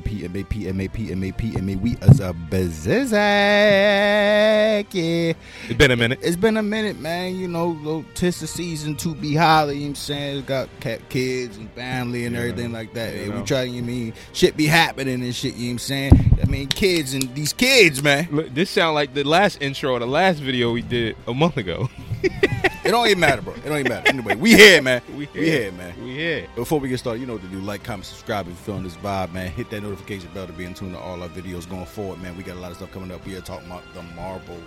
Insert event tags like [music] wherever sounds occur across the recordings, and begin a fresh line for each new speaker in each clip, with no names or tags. P M A P M A P M A. We as a Bazizac. Yeah.
It's been a minute.
It's been a minute, man. You know, little- tis the season to be holly. You know what I'm saying? It's got cat kids and family and
Yeah.
everything like that.
You
Yeah,
know.
we try, you mean, shit be happening and shit. You know what I'm saying? I mean, kids and these kids, man.
Look, this sound like the last intro of the last video we did a month ago. [laughs]
It don't even matter, bro. It don't even matter. Anyway, we here, man. We here, man.
We here.
Before we get started, you know what to do. Like, comment, subscribe if you're feeling this vibe, man. Hit that notification bell to be in tune to all our videos going forward, man. We got a lot of stuff coming up. We are talking about the Marvel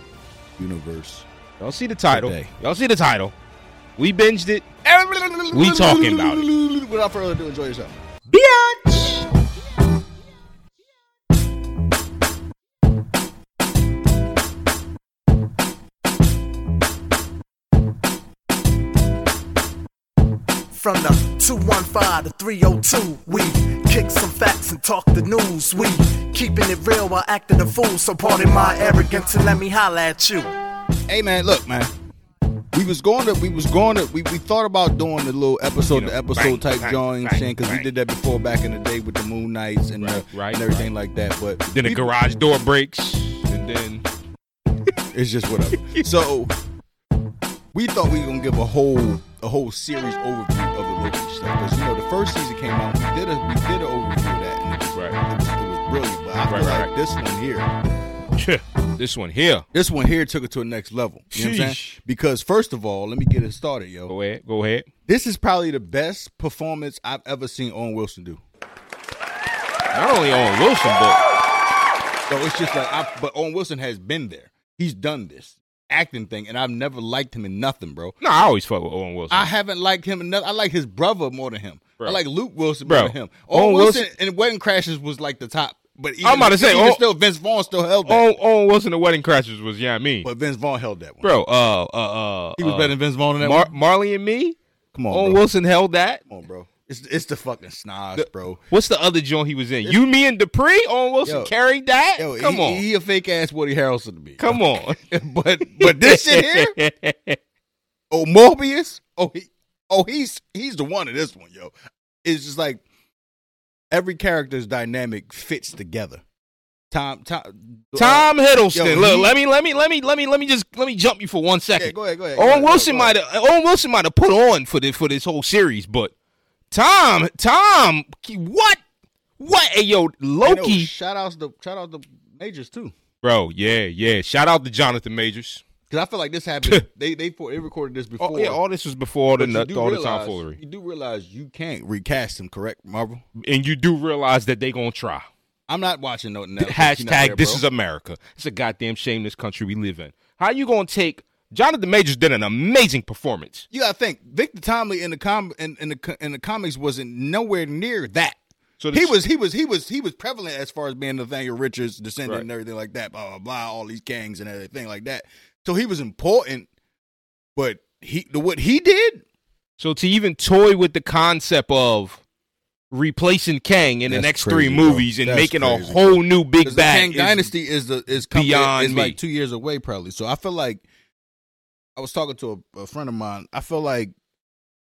Universe.
Y'all see the title.
Today.
Y'all see the title. We binged it. We talking about
it. Without further ado, enjoy yourself.
From the 215 to 302, we kick some facts and talk the news. We keeping it real while acting a fool. So pardon my arrogance and let me holla at you.
Hey, man, look, man. We was going to, we was going to, we, we thought about doing the little episode
You know,
to episode
bang,
type
bang,
joint,
bang,
because we
bang.
did that before back in the day with the Moon Knights and,
Right,
the,
right,
and everything like that. But
Then the
we-
garage door breaks, and then [laughs]
It's just whatever. so we thought we were gonna give a whole a whole series overview of the Loki stuff because you know the first season came out. We did a we did an overview of that and it was,
Right.
it was, it was brilliant. But I feel
Right,
like
right, right.
this one here,
this one here.
this one here took it to a next level. You know what I'm
Sheesh.
saying? Because first of all, let me get it started, yo.
Go ahead. Go ahead.
This is probably the best performance I've ever seen Owen Wilson do.
Not only on Wilson, but
So it's just like, I, but Owen Wilson has been there. He's done this acting thing, and I've never liked him in nothing, bro.
no, I always fuck with Owen Wilson.
I haven't liked him enough. I like his brother more than him.
Bro.
I like Luke Wilson
Bro.
more than him. Owen,
Owen
Wilson,
Wilson-
and Wedding Crashes was like the top. But even,
I'm about to say,
even
Owen-
still, Vince Vaughn still held that.
Owen, Owen Wilson, the Wedding Crashers was yeah, me,
but Vince Vaughn held that one.
bro. Uh, uh, uh.
he was
uh,
better than Vince Vaughn in that
Mar-
one. Oh,
Marley and me.
Come on,
Owen
bro.
Wilson held that.
Come on, bro. It's it's the fucking snobs, bro.
What's the other joint he was in? You, me, and Dupree. Owen Wilson
Yo.
carried that.
Yo,
Come
he,
on,
he a fake ass Woody Harrelson to me.
come
[laughs]
on.
but but this shit here, oh Morbius, oh he, oh he's he's the one in this one, yo. It's just like every character's dynamic fits together. Tom, Tom, uh,
Tom Hiddleston.
yo,
Look,
he-
let me, let me, let me, let me, let me just let me jump you for one second.
Yeah, go ahead, go ahead.
Owen Wilson might have Owen Wilson might have put on for this for this whole series, but Tom Tom what what hey yo Loki
Shout outs the shout out the majors too,
bro yeah yeah shout out to Jonathan Majors
because I feel like this
[laughs]
happened. they they for, they recorded this before.
oh, yeah all this was before all the
But you
nut,
do
all the
realize-
tomfoolery
You do realize you can't recast him, correct, Marvel?
and you do realize that they gonna try
I'm not watching no Netflix.
hashtag
You're not there,
this
bro.
is America it's a goddamn shame this country we live in how you gonna take Jonathan Majors did an amazing performance
You gotta think. Victor Tomley in the com in, in the co- in the comics wasn't nowhere near that.
So
So
the
he
sh-
was he was he was he was prevalent as far as being Nathaniel Richards descendant
Right.
and everything like that. Blah blah blah. All these gangs and everything like that. So he was important, but he the what he did
So to even toy with the concept of replacing Kang in the
That's
next
crazy,
three
bro.
movies and
That's
making
crazy.
a whole new big
Because the
bag
Kang
is-
Dynasty is the is coming,
beyond
is
me.
like two years away probably. So I feel like I was talking to a, a friend of mine. I feel like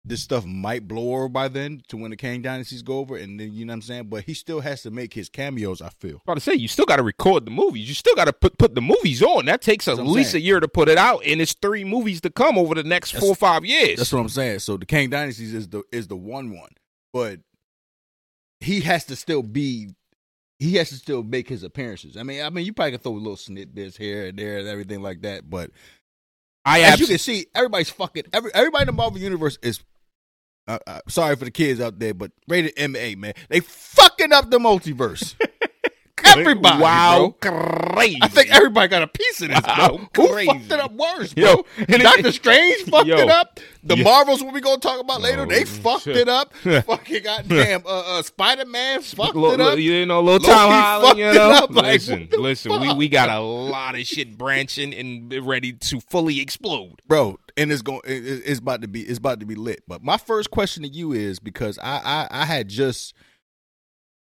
this stuff might blow over by then to when the Kang Dynasties go over, and then you know what I'm saying. But he still has to make his cameos. I feel.
I was about to say you still got to record the movies. You still got to put put the movies on. That takes at
That's what I'm
least a
saying.
year to put it out, and it's three movies to come over the next
That's-
four or five years.
That's what I'm saying. So the Kang Dynasties is the is the one one, but he has to still be. He has to still make his appearances. I mean, I mean, you probably can throw little snippets here and there and everything like that, but as
I
you
absolutely
can see, everybody's fucking every everybody in the Marvel universe is. Uh, uh, sorry for the kids out there, but rated MA, man. They fucking up the
[laughs]
multiverse. everybody,
wow,
wow.
crazy.
I think everybody got a piece of this,
[laughs]
bro.
Wow,
Who
crazy.
fucked it up worse, bro?
Yo, and it-
Doctor Strange
[laughs]
fucked
Yo.
it up. The
Yeah.
Marvels, what we gonna talk about later,
Oh,
they fucked
shit.
it
[laughs]
up. fucking goddamn, uh, uh, Spider Man fucked
Lo-
it
lo-
up.
you know, little
Loki
Tom Holland.
fucked
You
it
know,
up, like,
listen,
what the
listen. We
fuck?
we got a lot of shit branching and ready to fully explode.
bro. And it's going. It, it- it's about to be. It's about to be lit. But my first question to you is because I I, I had just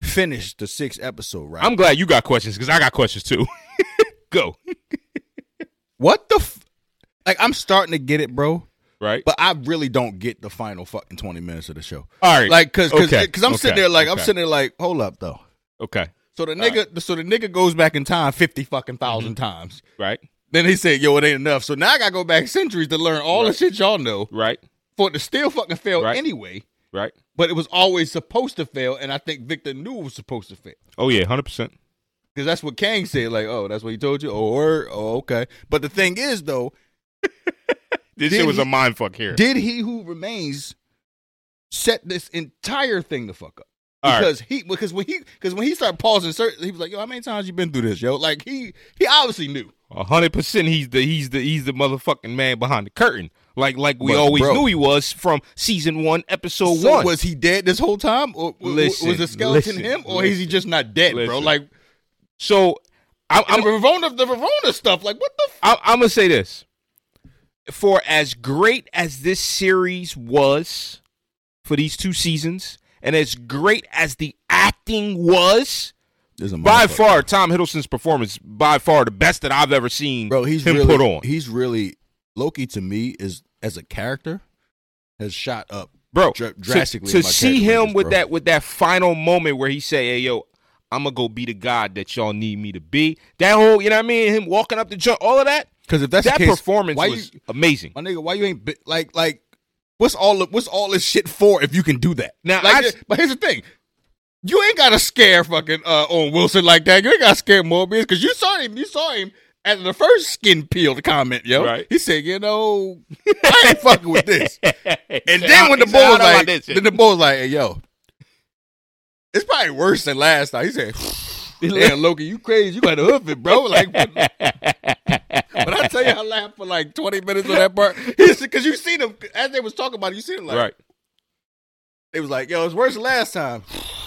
finished the sixth episode, right?
I'm glad you got questions because I got
[laughs]
questions too. Go
what the f- like? I'm starting to get it, bro.
right.
But I really don't get the final fucking twenty minutes of the show.
All right,
Like, cause, cause,
Okay.
cause I'm
Okay.
sitting there, like, I'm
Okay.
sitting there, like, hold up, though.
Okay.
So the nigga, so the nigga goes back in time fifty fucking 1000
Mm-hmm.
times.
Right.
Then he said, "Yo, it ain't enough." So now I gotta go back centuries to learn all the shit y'all know
Right.
for it to still fucking fail
Right.
anyway.
Right.
But it was always supposed to fail, and I think Victor knew it was supposed to fail
Oh yeah, hundred percent.
because that's what Kang said. Like, oh, that's what he told you. Oh, word. Oh, okay. But the thing is, though,
This
Did
shit was
he-
a mind fuck here.
did he who remains set this entire thing the fuck up?
All right.
Because he because when he because when he started pausing, cer- he was like, "Yo, how many times you been through this, yo?" Like he he obviously knew.
A hundred percent. He's the he's the he's the motherfucking man behind the curtain. Like like we
But,
always
bro.
knew he was from season one, episode
So
one.
was he dead this whole time, or w- w-
Listen,
was the skeleton
listen,
him, or is he
listen,
just not dead, bro?
listen.
Like
so I,
I'm,
I'm
the Ravona, the Ravona stuff. Like what the? F-
I, I'm gonna say this: for as great as this series was for these two seasons, and as great as the acting was, by far Tom Hiddleston's performance, by far the best that I've ever seen.
bro. He's
him
really,
put on,
He's really Loki to me is as a character has shot up
bro.
dr-
to-
drastically
to,
my
see
character
him
ranges,
with
bro.
that with that final moment where he say, "Hey, yo." I'm gonna go be the god that y'all need me to be. That whole, you know what I mean? Him walking up the jump, all of that.
because if that's
that
the case,
performance
why
was
you,
amazing.
[laughs] my nigga. Why you ain't bi- like like what's all of, what's all this shit for if you can do that
Now,
Like,
I-
but here's the thing. You ain't gotta scare fucking uh, Owen Wilson like that. You ain't gotta scare Morbius because you saw him. You saw him at the first skin peeled comment, yo.
Right.
He said, "You know, [laughs] I ain't fucking with this." And then when the boy
He said, "I
was
don't like
like,
this shit."
then the boy was like, hey, yo, it's probably worse than last time. [laughs] He said, damn, Loki, you crazy. You got to hoof it, bro. Like, but [laughs] I tell you, I laughed for like 20 minutes on that part. Because you seen them, as they was talking about it, you seen them like,
right.
they was like, yo, it's worse than last time.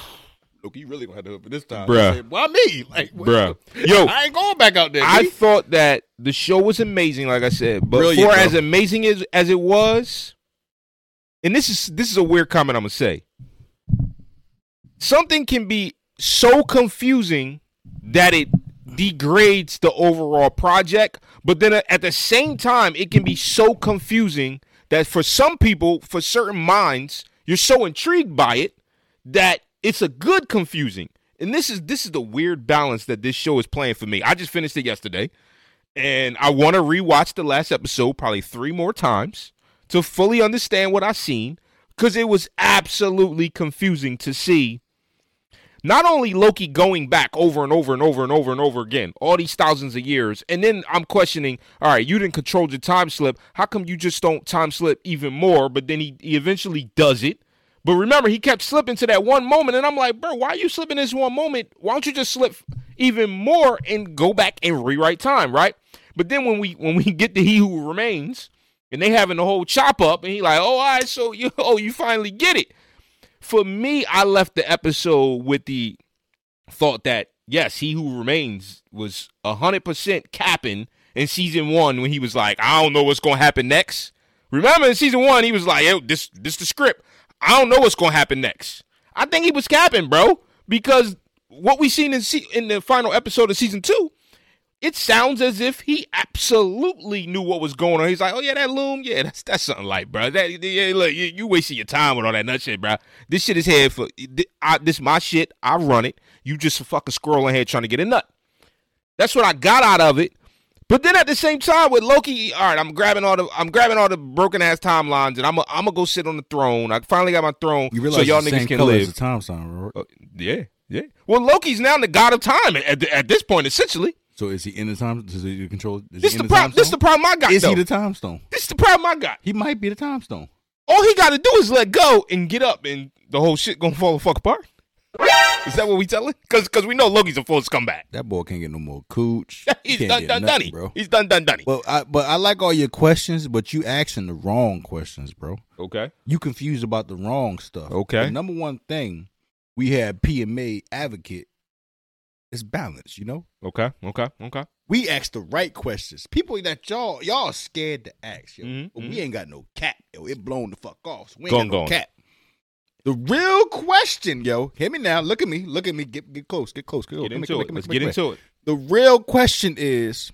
[sighs] Loki, you really going to have to hoof it this time. I
Bruh.
Said, Why me? Like, what-
Bruh. Yo.
[laughs] I ain't going back out there.
I
B.
thought that the show was amazing, like I said, but
Brilliant,
for
bro.
as amazing as, as it was, and this is this is a weird comment I'm gonna say. Something can be so confusing that it degrades the overall project, but then uh, at the same time, it can be so confusing that for some people, for certain minds, you're so intrigued by it that it's a good confusing. And this is this is the weird balance that this show is playing for me. I just finished it yesterday, and I want to rewatch the last episode probably three more times to fully understand what I seen because it was absolutely confusing to see not only Loki going back over and over and over and over and over again, all these thousands of years, and then I'm questioning, all right, you didn't control your time slip. How come you just don't time slip even more? But then he, he eventually does it. But remember, he kept slipping to that one moment, and I'm like, bro, why are you slipping this one moment? Why don't you just slip even more and go back and rewrite time, right? But then when we when we [laughs] get to He Who Remains, and they having the whole chop up, and he like, oh, all right, so you [laughs] oh you finally get it for me, I left the episode with the thought that yes, he who remains was hundred percent capping in season one when he was like, I don't know what's gonna happen next. Remember in season one, he was like, Yo, this this the script. I don't know what's gonna happen next. I think he was capping, bro, because what we seen in se- in the final episode of season two, it sounds as if he absolutely knew what was going on. He's like, "Oh yeah, that loom, yeah, that's that's something like, bro. That yeah, look, you, you wasting your time with all that nut shit, bro. This shit is here for th- I, this my shit. I run it. You just a fucking squirrel in here trying to get a nut. That's what I got out of it. But then at the same time with Loki, all right, I'm grabbing all the I'm grabbing all the broken ass timelines, and I'm i I'm gonna go sit on the throne. I finally got my throne, so y'all niggas can live.
time sign, right?
Uh, yeah, yeah. Well, Loki's now the god of time at, at this point, essentially.
So is he in the time? Does he control? Is
This the, problem. This the problem I got. though.
time stone?
this the problem I got.
He might be the time stone.
All he got to do is let go and get up, and the whole shit gonna fall the fuck apart. Is that what we telling? Because because we know Loki's a full scumbag.
That boy can't get no more cooch. He
[laughs] He's
can't
done
get
done
nothing,
dunny.
bro.
He's done done dunny.
Well, I, but I like all your questions, but you asking the wrong questions, bro.
Okay.
You confused about the wrong stuff.
Okay.
The number one thing we had PMA advocate is balance. You know,
Okay. Okay. Okay.
we ask the right questions. People that y'all y'all scared to ask, yo.
Mhm,
But
mhm.
we ain't got no cap, yo. It blown the fuck off. So we ain't
Gone,
got no
gone.
cap. The real question, yo. Hear me now. Look at me. Look at me. Get get close. Get close. Get, close. Come
Get
here,
into
come
it.
here,
Let's
come here,
get
come here.
into it.
The real question is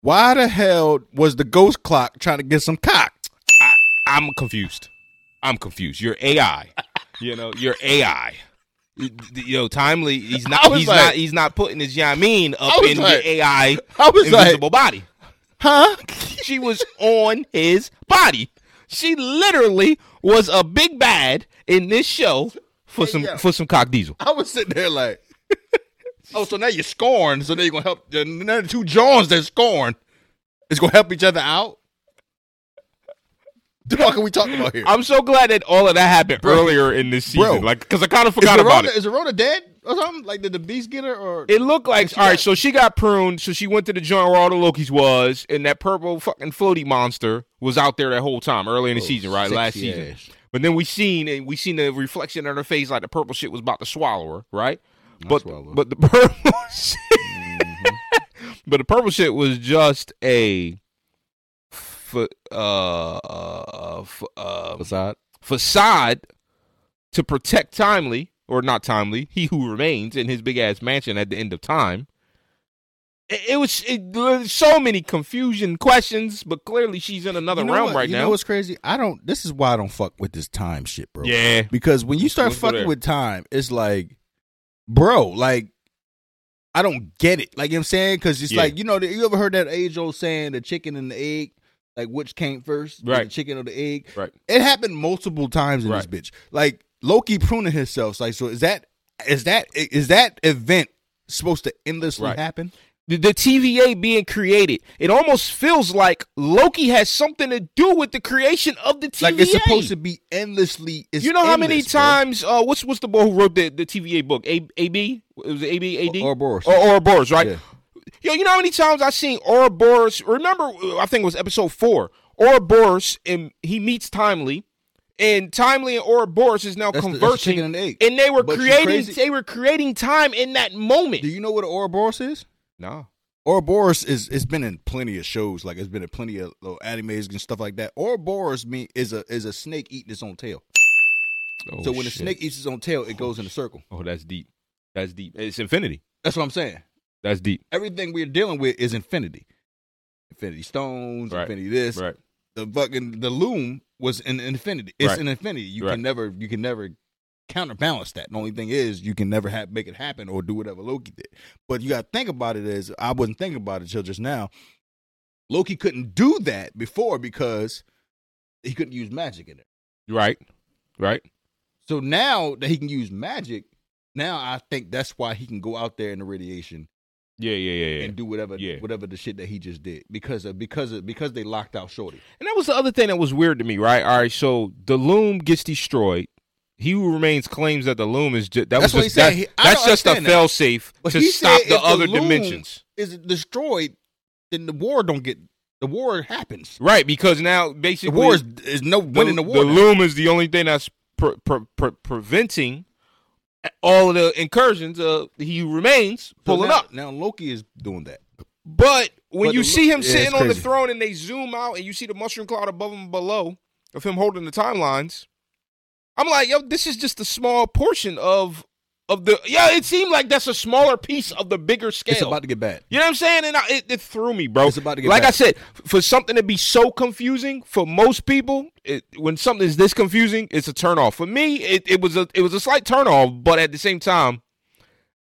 why the hell was the ghost clock trying to get some cock?
I, I'm confused. I'm confused. You're AI. you know, you're AI. yo, timely. [laughs] He's
I
not.
was
He's
like-
not. He's not putting his Yameen
I
up
was
in
like-
the AI
I was like-
invisible body.
Huh? [laughs]
She was on his body. She literally was a big bad in this show for some
yo.
for some cock diesel.
I was sitting there like, [laughs] oh, so now you're scorned. So now you're gonna help. Now the two Johns that scorn is gonna help each other out. [laughs] The fuck are we talking about here?
I'm so glad that all of that happened earlier in this season,
Bro.
like because I kind
is
of forgot about
Verona,
it.
is Verona dead or something? Like did the beast get her or?
It looked like
she
all right.
got-
So she got pruned. So she went to the joint where all the Loki's was, and that purple fucking floaty monster was out there that whole time early in the season, right?
Oh, sexy
Last season.
ass.
But then we seen and we seen the reflection on her face, like the purple shit was about to swallow her, right? but
swallow.
but the [laughs] purple shit, but the purple shit was just a. fa- uh, uh, fa- uh,
Facade.
facade to protect Timely, or not Timely, he who remains in his big ass mansion at the end of time. It, it was it, there's so many confusion questions, but clearly she's in another
know
realm
what?
right
you
now.
know what's crazy? I don't. This is why I don't fuck with this time shit, bro.
yeah,
Because when you start
Let's go
fucking
there.
with time, it's like, bro, like, I don't get it. Like, you know what I'm saying? Because it's
Yeah.
like, you know, you ever heard that age old saying, the chicken and the egg? Like, which came first?
Right.
The chicken or the egg?
right.
It happened multiple times in
Right.
this bitch. Like, Loki pruning himself. Like, so is that, is that, is that event supposed to endlessly
Right.
happen?
The, the TVA being created, it almost feels like Loki has something to do with the creation of the TVA.
Like, it's supposed to be endlessly. It's
you know how many
endless, bro.
times? Uh, what's what's the boy who wrote the, the TVA book? A A B it was A B A D
Ouroboros.
or Ouroboros, right?
Yeah.
Yo, you know how many times I've seen Ouroboros? Remember, uh, I think it was episode four. Ouroboros and he meets Timely, and Timely and Ouroboros is now
That's the- that's the
conversing,
chicken and egg.
and they were
But you
creating
crazy-
they were creating time in that moment.
Do you know what an Ouroboros is?
nah,
Ouroboros is it's been in plenty of shows, like it's been in plenty of little animes and stuff like that. Ouroboros mean is a is a snake eating its own tail.
oh,
so when
shit.
a snake eats its own tail, it goes in a circle.
oh, that's deep, that's deep. It's infinity.
That's what I'm saying.
That's deep.
Everything we're dealing with is infinity. Infinity stones,
Right.
infinity this.
Right.
The fucking the loom was an infinity. It's
Right.
an infinity. You
Right.
can never you can never counterbalance that. The only thing is you can never have make it happen or do whatever Loki did. But you gotta think about it as I wasn't thinking about it till just now. Loki couldn't do that before because he couldn't use magic in it.
Right. Right.
So now that he can use magic, now I think that's why he can go out there in the radiation
Yeah. Yeah. Yeah. Yeah.
and do whatever
Yeah.
whatever the shit that he just did because of because of because they locked out Shorty.
And that was the other thing that was weird to me, right? All right, so the loom gets destroyed. He who remains claims that the loom is just that
That's
was
what
just
he said.
that-
He- I
that's
don't
just a
understand that.
fail safe
But
to
he
stop
said
the
if
other
loom
dimensions.
is destroyed, then the war don't get the war happens.
Right, because now
The
basically
war is, is no winning the, war. now.
loom is the only thing that's pre- pre- pre- preventing all of the incursions of he who remains
So
pulling
now,
up.
Now Loki is doing that.
But when
But
you
the
see
lo-
him
yeah,
sitting
it's
on the
crazy.
throne and they zoom out and you see the mushroom cloud above him and below of him holding the timelines, I'm like, yo, this is just a small portion of of the yeah. It seemed like that's a smaller piece of the bigger scale.
It's about to get bad.
you know what I'm saying? And I, it, it threw me, bro.
It's about to get
like
bad.
I said, f- for something to be so confusing for most people, it, when something is this confusing, it's a turnoff. For me, it, it was a it was a slight turnoff, but at the same time,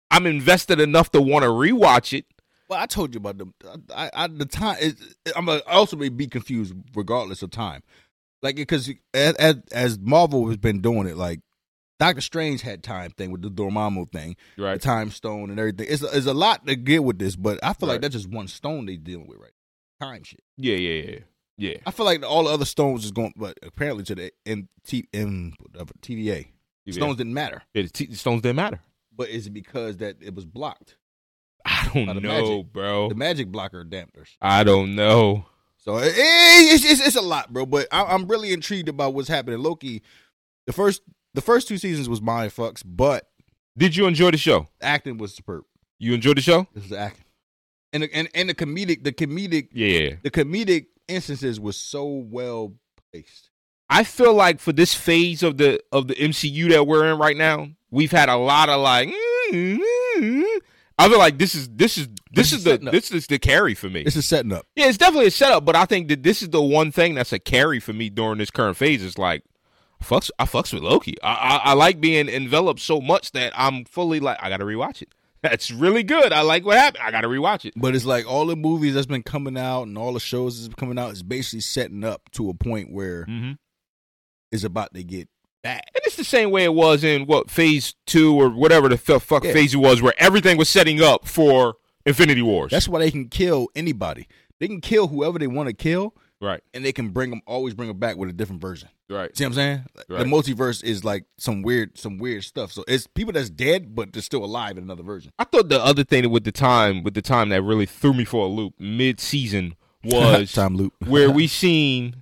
I'm invested enough to want to rewatch it.
Well, I told you about them. I, I the time. It, I'm gonna also be confused regardless of time, like because as, as as Marvel has been doing it, like Doctor Strange had time thing with the Dormammu thing, the
Right.
time stone and everything. It's it's a lot to get with this, but I feel
Right.
like that's just one stone they dealing with right. now. Time shit.
Yeah, yeah, yeah, yeah.
I feel like all the other stones is going, but apparently to the MT, M, whatever, TVA stones didn't matter.
Yeah, the t- the stones didn't matter.
But is it because that it was blocked?
I
By
don't
the
know,
magic.
bro.
The magic blocker dampers.
I don't know.
So it, it's, it's it's a lot, bro. But I, I'm really intrigued about what's happening. Loki, the first the first two seasons was mind fucks, but
Did you enjoy the show?
acting was superb.
You enjoyed the show?
This is acting, and the, and and the comedic the comedic
Yeah.
the comedic instances was so well placed.
I feel like for this phase of the of the MCU that we're in right now, we've had a lot of like. mm, I feel like this is this is this,
This
is
is
the
setting up.
this is the carry for me.
This is setting up.
Yeah, it's definitely a setup, but I think that this is the one thing that's a carry for me during this current phase. It's like fucks I fucks with Loki. I, I I like being enveloped so much that I'm fully like I gotta rewatch it. [laughs] That's really good. I like what happened. I gotta rewatch it.
But it's like all the movies that's been coming out and all the shows that's been coming out is basically setting up to a point where
Mm-hmm.
it's about to get bad.
And it's the same way it was in what phase two or whatever the fu- fuck
Yeah.
phase it was, where everything was setting up for Infinity Wars.
That's why they can kill anybody. They can kill whoever they want to kill,
right,
and they can bring them always bring them back with a different version.
right,
See what I'm saying? Like,
Right.
The multiverse is like some weird, some weird stuff. So it's people that's dead, but they're still alive in another version.
I thought the other thing with the time with the time that really threw me for a loop
[laughs]
mid season was
time loop. [laughs]
where we seen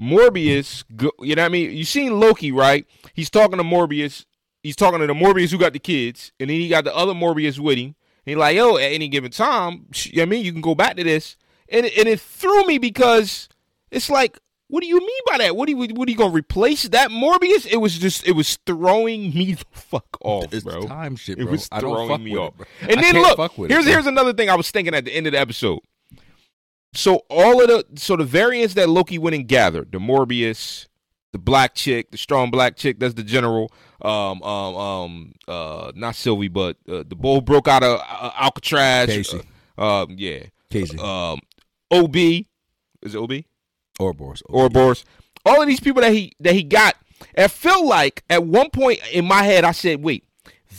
Morbius. Go, you know what I mean? You seen Loki, right? He's talking to Morbius. He's talking to the Morbius who got the kids, and then he got the other Morbius with him. And he like, yo, at any given time, sh- you know what I mean, you can go back to this, and it, and it threw me because it's like, what do you mean by that? What do you what are you gonna replace that Morbius? It was just it was throwing me the fuck off,
it's
bro.
time shit,
It
bro.
was
I don't
throwing
fuck
me
with it,
off.
bro.
and
I
then
can't
look,
fuck with it,
here's
bro.
here's another thing I was thinking at the end of the episode. So all of the so the variants that Loki went and gathered, the Morbius, the black chick, the strong black chick, that's the general. Um, um, um, uh, not Sylvie, but uh, the bull broke out of uh, Alcatraz.
Casey.
Uh, um, yeah.
Casey
Um, Ob is it Ob?
Ouroboros.
Ouroboros. All of these people that he that he got, I feel like at one point in my head I said, wait,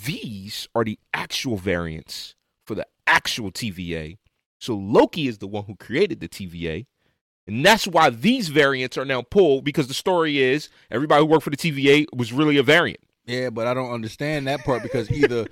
these are the actual variants for the actual TVA. So Loki is the one who created the TVA. And that's why these variants are now pulled because the story is everybody who worked for the TVA was really a variant.
Yeah, but I don't understand that part because either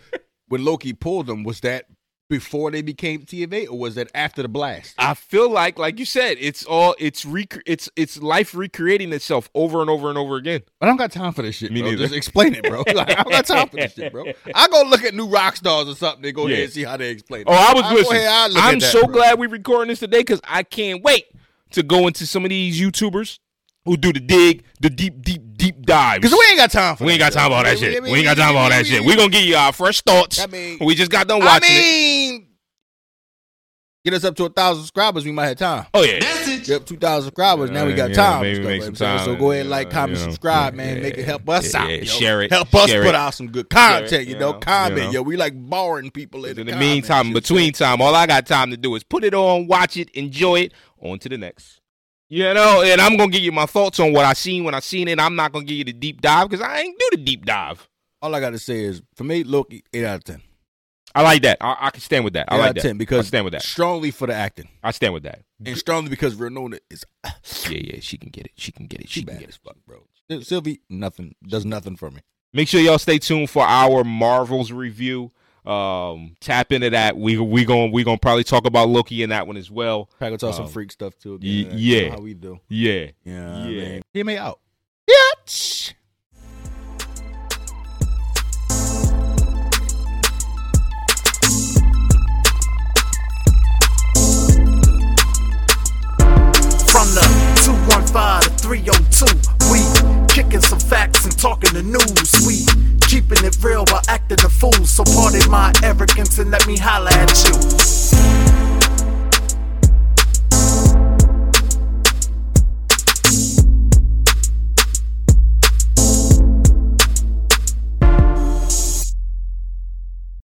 when Loki pulled them, was that before they became TVA or was that after the blast?
I feel like, like you said, it's all it's rec- it's it's life recreating itself over and over and over again.
I don't got time for this shit.
Me
bro.
neither.
Just explain it, bro. [laughs] Like, I don't got time for this shit, bro. I go look at new rock stars or something. They go
Yeah.
ahead and see how they explain it.
Oh, I was
I'll go
listening.
ahead, I'll look
I'm
at that,
so
bro.
glad we're recording this today because I can't wait to go into some of these YouTubers who do the dig, the deep, deep, deep dives.
Because we ain't got time for
We ain't got time for all that shit. We ain't got time for all that shit. We gonna give you our fresh thoughts.
I mean-
we just got done
I
watching it.
mean, get us up to a thousand subscribers, we might have time.
Oh yeah.
Yep, two thousand subscribers. now we got
Yeah,
time. and
maybe
stuff,
make
like
some
that. So
time,
go ahead,
yeah,
like, comment,
you know,
subscribe,
yeah,
man. Make it
yeah,
help us
yeah,
out.
yeah,
yo.
share it,
Help us
share
put
it,
out some good
share it,
content. you
you
know,
know,
comment,
you know.
yo. We like boring people in,
In
the,
the meantime,
comments.
between time, all I got time to do is put it on, watch it, enjoy it. On to the next. You know, and I'm gonna give you my thoughts on what I seen when I seen it. I'm not gonna give you the deep dive because I ain't do the deep dive.
All I gotta say is, for me, look, eight out of ten.
I like that. I, I can stand with that. I
Eight
like
out of
that.
ten because
I stand with that.
strongly for the acting
I stand
[laughs]
with that.
and strongly because Renona is
Yeah, yeah, she can get it. She can get it.
she
She can
bad
get it.
as fuck, bro. Syl- Sylvie, nothing does nothing for me.
Make sure y'all stay tuned for our Marvels review. Um, tap into that. We we going we gonna probably talk about Loki in that one as well.
Probably gonna talk some
Um,
freak stuff too.
y-
again, like,
yeah.
you know how we do.
Yeah.
Yeah,
Yeah.
yeah. Hear me out.
Bitch.
From the 215 to 302, we kicking some facts and talking the news. We keeping it real while acting a fool. So pardon my arrogance and let me holler at you.